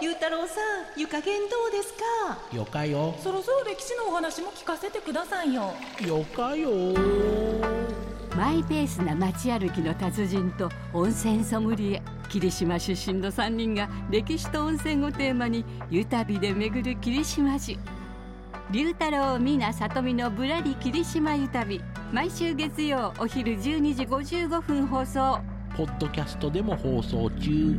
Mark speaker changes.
Speaker 1: ゆうたろうさん湯加減どうですか
Speaker 2: よかよ
Speaker 3: そろそろ歴史のお話も聞かせてくださいよ
Speaker 2: よかよ
Speaker 4: マイペースな街歩きの達人と温泉ソムリエ霧島出身の3人が歴史と温泉をテーマに湯旅で巡る霧島市龍太郎美奈里美のぶらり霧島湯旅毎週月曜お昼12時55分放送
Speaker 2: ポッドキャストでも放送中